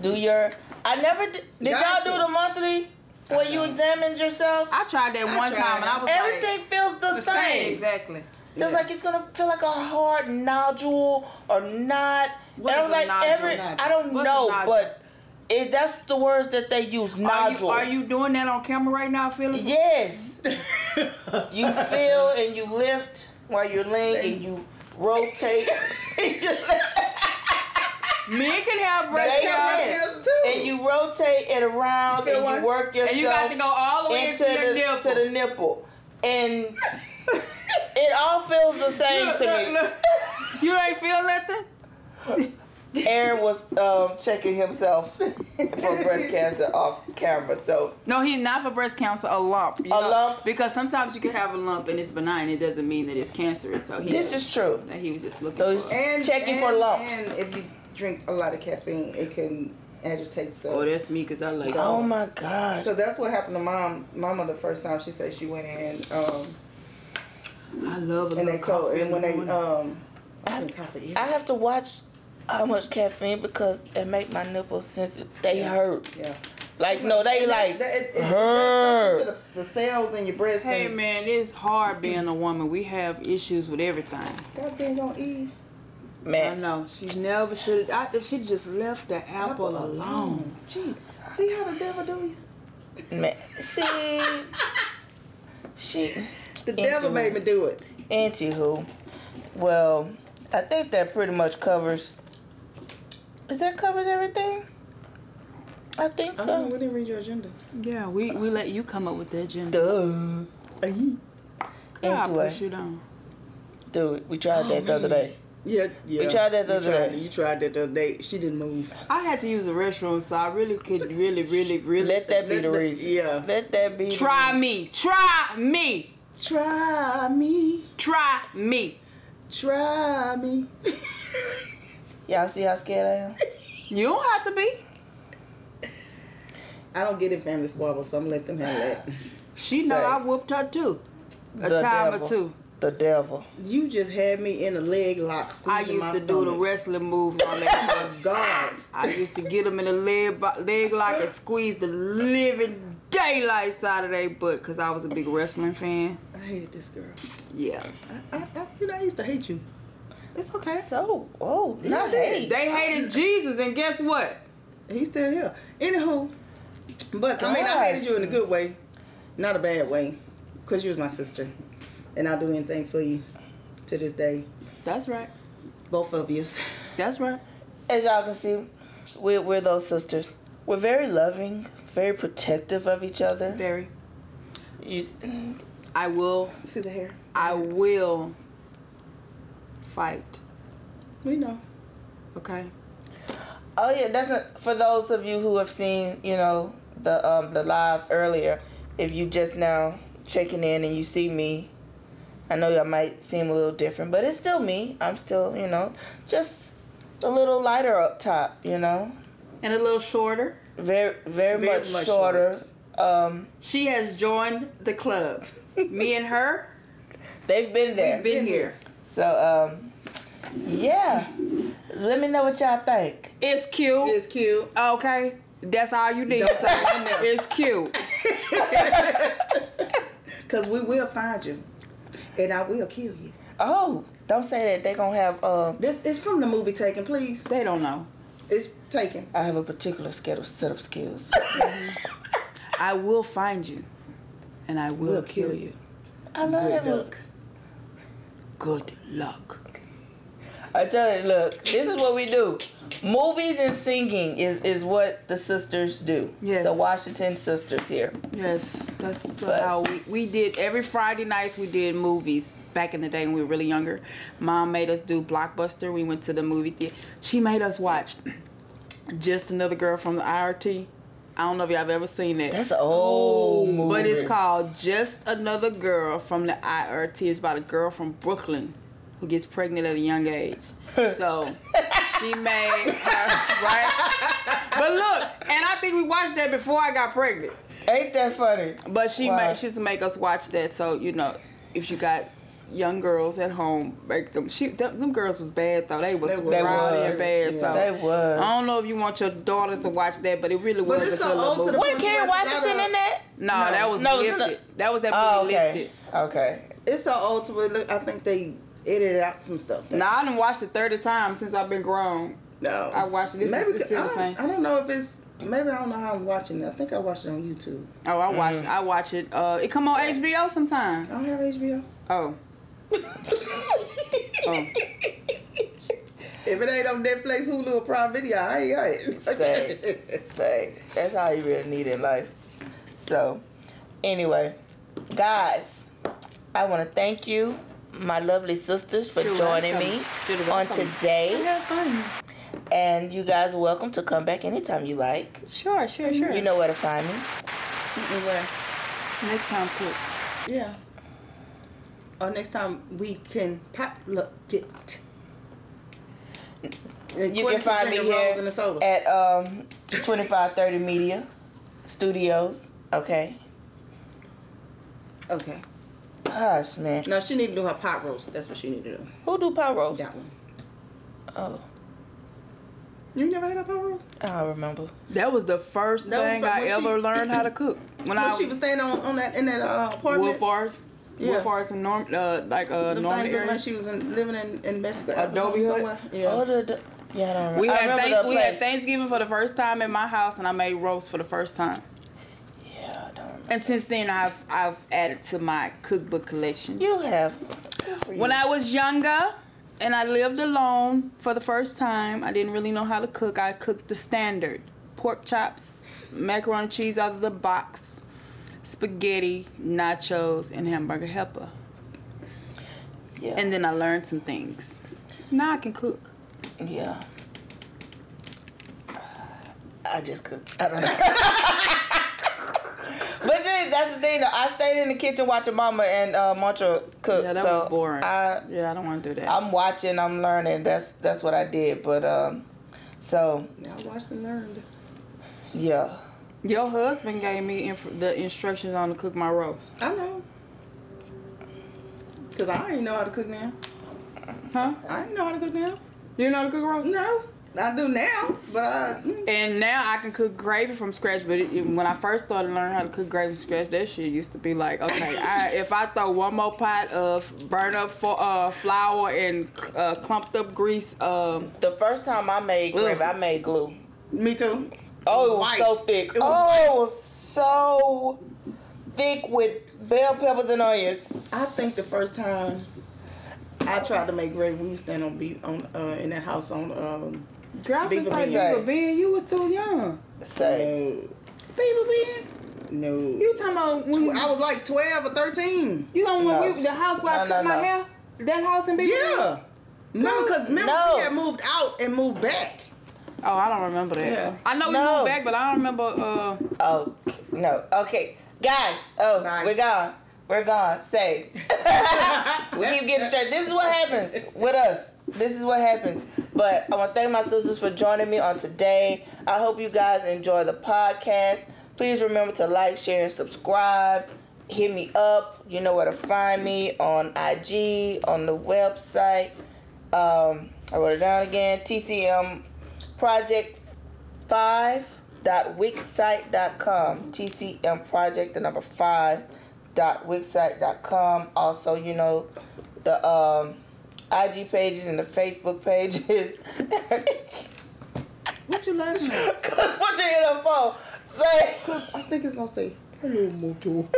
A: Do your. I never did. Did y'all do the monthly where you examined yourself?
B: I tried that
C: I
B: one
C: tried.
B: time, and I was like,
A: Everything feels the,
B: the
A: same.
B: Exactly.
A: It was like it's gonna feel like a hard nodule or not.
B: What
A: and I
B: is
A: was
B: a
A: like,
B: nodule?
A: every
C: Nodule.
A: I don't
B: What's a
A: know,
B: nodule?
A: but it, that's the words that they use.
B: Are you,
A: Nodule.
B: are you doing that on camera right now, Philip?
A: Yes. you feel and you lift while you're lean and you rotate
B: Men can have breast
A: They
B: cancer,
A: can. and you rotate it around and you work yourself
B: and you got to go all the way
A: into
B: into your nipple.
A: the, to the nipple and. It all feels the same
B: Look,
A: to
B: look,
A: me.
B: look. You ain't feel nothing?
A: Aaron was um, checking himself for breast cancer off camera, so
B: No, he's not for breast cancer. A lump. you
A: A lump?
B: Because sometimes you can have a lump and it's benign. It doesn't mean that it's cancerous. So he.
A: this is true.
B: that he was just looking.
A: So
B: for.
A: he's- Checking for lumps.
C: And if you drink a lot of caffeine, it can agitate the.
B: Oh, that's me because I like.
A: Oh my gosh.
C: Because that's what happened to mom. Mama the first time she said she went in um,
B: I love. A
C: and they
B: little
C: told
B: coffee
C: and when
B: in
C: they
B: the morning.
C: um. I haven't coffee.
A: I have to watch how much caffeine because it make my nipples sensitive. They hurt.
C: Yeah.
A: Like no, they
C: And
A: like
C: that- that- it- it's- that's
A: hurt.
C: something to The, the cells in your breast.
B: Hey
C: Hey,
B: man, it's hard being a woman. We have issues with everything.
C: God dang on Eve.
B: I
A: Man,
B: know. She never should. I If she just left the apple alone.
C: Gee, see how the devil do you?
A: man. See, she.
C: The
A: Into
C: devil made me do it.
A: Anywho, well, I think that pretty much covers. Is that covers everything? I think so.
C: didn't read your agenda.
B: Yeah, we we let you come up with that, Jim.
A: Duh.
C: Uh,
B: I
A: Anyway.
B: push you down.
A: Dude, we tried that the other day.
C: Yeah, yeah.
A: We tried that the
C: You
A: other
C: tried-
A: day.
C: You tried that the other day. She didn't move.
B: I had to use the restroom, so I really could really, really, really
A: Let that be
C: Let
A: the
C: the-
A: reason.
C: yeah.
A: Let that be. the
B: Try me. Try me.
C: Try me,
B: Try me.
C: try me.
A: Y'all see how scared I am?
B: You don't have to be.
C: I don't get in family squabbles, so I'm gonna let them handle that.
B: She know
A: Say.
B: I whooped her too. A
A: The
B: time
A: devil.
B: or two.
A: The devil.
C: You just had me in a leg lock.
B: I
C: squeezing
B: used
C: my
B: to do the
C: stomach.
B: wrestling moves on that.
C: Oh, God.
B: I used to get them in the leg, bo- leg lock and squeeze the living daylights out of their butt because I was a big wrestling fan.
C: I hated this girl.
B: Yeah.
C: I, I, I, you know, I used to hate you.
B: It's okay.
A: So, oh, not
C: Yeah.
A: hate.
B: They hated Jesus, and guess what?
C: He's still here. Anywho, but I mean, I hated
A: Gosh.
C: you in a good way, not a bad way, because you was my sister, and I'll do anything for you to this day.
B: That's right.
C: Both of you.
B: That's right.
A: As y'all can see, we're, we're those sisters. We're very loving, very protective of each other.
B: Very.
A: You, s-
B: I will.
C: See the hair?
B: I will fight.
C: We know.
B: Okay.
A: oh yeah, that's not, for those of you who have seen, you know, the um, the live earlier. If you just now checking in and you see me, I know y'all might seem a little different, but it's still me. I'm still, you know, just a little lighter up top. You know,
B: And a little shorter.
A: very very,
C: Very
A: much,
C: much
A: shorter.
C: short.
A: Um,
B: She has joined the club. Me and her,
A: they've been there.
B: we've been here.
A: So, um, yeah. Let me know what y'all think.
B: It's cute.
C: It's cute.
B: okay. That's all you need.
C: Don't say nothing else.
B: it's cute.
C: Because we will find you. And I will kill you.
A: Oh, don't say that. They gonna have. Uh,
C: This is from the movie Taken, please.
B: They don't know.
C: It's Taken.
A: I have a particular set of set of skills.
B: I will find you and I will
C: We'll
B: kill
C: kill
B: you.
A: I love
E: Good
A: that
E: luck.
A: book.
B: Good luck.
A: I tell you, look, this is what we do. Movies and singing is, is what the sisters do.
B: Yes.
A: The Washington sisters here.
B: Yes, that's
A: But-
B: how we, we did every Friday nights. We did movies back in the day when we were really younger. Mom made us do Blockbuster. We went to the movie theater. She made us watch Just Another Girl from the IRT. I don't know if y'all have ever seen it.
A: That's an old movie.
B: Oh, But it's called Just Another Girl from the IRT. It's about a girl from Brooklyn who gets pregnant at a young age. So she made her, right? But look, and I think we watched that before I got pregnant.
A: Ain't that funny?
B: But she
A: Wow.
B: ma- she used to make us watch that. So you know, if you got young girls at home, make them. She them, them girls was bad though. They was
C: They
B: they
C: was.
B: rowdy
A: was.
B: and bad.
A: Yeah.
B: So
A: They was.
B: Oh. I don't know if you want your daughters to watch that, but it really was.
C: it's
B: a good
C: so
B: little
C: old to the
B: movie.
C: point
A: Wasn't Karen
C: That's
A: Washington
C: not a-
A: in that?
B: No, that was
A: No, it's
B: lifted. That was that movie
A: Oh, okay.
B: lifted.
A: Okay.
C: It's so old to it. Look, I think they edited out some stuff.
B: Now I done watched it thirty times since I've been grown.
C: No,
B: I watched it. It's-
C: maybe
B: it's still
C: I,
B: the same.
C: I don't know if it's. Maybe I don't know how I'm watching it. I think I watched it on YouTube.
B: Oh, I
C: Mm.
B: watched. I watch it. Uh, it come on HBO sometime.
C: I don't have HBO.
B: Oh, oh.
C: If it ain't on Netflix, Hulu, or Prime Video, I ain't got
A: Say,
C: it.
A: say. That's all you really need in life. So, anyway, guys, I want to thank you, my lovely sisters, for
B: You're
A: joining
B: welcome.
A: me
B: You're
A: on
B: welcome.
A: today.
B: Yeah, fun.
A: And you guys are welcome to come back anytime you like.
B: Sure, sure, sure.
A: You know where to find me.
C: Anyway,
B: next time, cook.
C: yeah. Or next time we can pop look it. And
A: You can
C: Courtney
A: find me
C: bring the
A: here
C: rolls and the soda.
A: at um, 2530 Media Studios. Okay.
C: Okay.
A: Gosh, man.
C: No, she need to do her pot roast. That's what she need to do.
A: Who do pie rolls?
C: That one.
A: Oh,
C: You never had a pot roast?
A: I don't remember.
B: That was the first
C: That was
B: thing
C: the-
B: I
C: when
B: ever
C: she-
B: learned how to cook. When
C: When
B: I was
C: she was staying on, on that in that uh,
B: Wood
C: apartment.
B: Forest,
C: Yeah.
B: Wood Forest and Norm, uh, like uh,
C: The
B: Norman
C: thing looked
B: area.
C: like she was in, living in, in Mexico.
B: Adobe
C: Arizona
B: Hood?
C: somewhere. Yeah.
A: Oh, the, the, yeah, I don't remember.
B: we
A: I
B: had
A: remember
B: thank,
A: the
B: we had
A: place.
B: Thanksgiving for the first time at my house, and I made roast for the first time.
A: Yeah, I don't remember.
B: And since then, I've I've added to my cookbook collection.
A: You have. good for you.
B: When I was younger and I lived alone for the first time, I didn't really know how to cook. I cooked the standard pork chops, macaroni and cheese out of the box, spaghetti, nachos, and hamburger helper.
A: yeah,
B: And then I learned some things. Now I can cook.
A: yeah. I just cooked. I don't know. but then, that's the thing, though. I stayed in the kitchen watching Mama and uh, Mantra cook.
B: Yeah, that
A: so
B: was boring.
A: I,
B: yeah, I don't want to do that.
A: I'm watching, I'm learning. That's that's what I did. But um, so
C: Now I watched and learned.
A: yeah,
B: Your husband gave me inf- the instructions on to cook my roast.
C: I know. Cause I already know how to cook now.
B: Huh?
C: I ain't know how to cook now.
B: You know how to cook roast?
C: No, I do now, but I. mm,
B: And now I can cook gravy from scratch. But it, when I first started learning how to cook gravy from scratch, that shit used to be like, okay, I, if I throw one more pot of burn up for uh, flour and uh, clumped up grease, um,
A: the first time I made
B: Ugh.
A: gravy, I made glue.
C: Me too.
A: Oh, it was
C: White.
A: so thick.
C: It was
A: oh, it was so thick with bell peppers and onions.
C: I think the first time I tried to make gravy, we was standing on beef on uh, in that house on um,
B: girl,
C: Big
B: I like you
A: Bean.
B: were being, you was too young.
A: Say,
B: People being,
C: no.
B: you talking about when
C: I was like twelve or thirteen.
B: you know when
A: No.
B: we, the house where I
A: No,
B: cut
A: no,
B: my
A: no.
B: hair, that house in Big
C: Yeah. Remember, cause remember
A: No.
C: we had moved out and moved back.
B: Oh, I don't remember that.
C: Yeah.
B: I know we
A: No.
B: moved back, but I don't remember. Uh,
A: oh no, okay, guys. Oh,
C: Nice.
A: we're gone. We're gone. Say, we keep getting straight. This is what happens with us. This is what happens. But I want to thank my sisters for joining me on today. I hope you guys enjoy the podcast. Please remember to like, share, and subscribe. Hit me up. You know where to find me on IG, on the website. Um, I wrote it down again. TCM Project 5.wixsite.com. TCM Project, the number 5.wixsite.com. Also, you know, the um, IG pages and the Facebook pages.
B: what you laughing at?
A: Cause what you in the phone? Say,
C: Cause I think it's gonna say
D: Hello, Moto.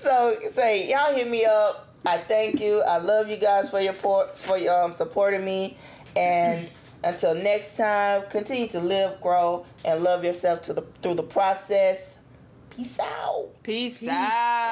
A: So say y'all hit me up. I thank you. I love you guys for your port for your um, supporting me. And until next time, continue to live, grow, and love yourself to the through the process. Peace out.
B: Peace. out.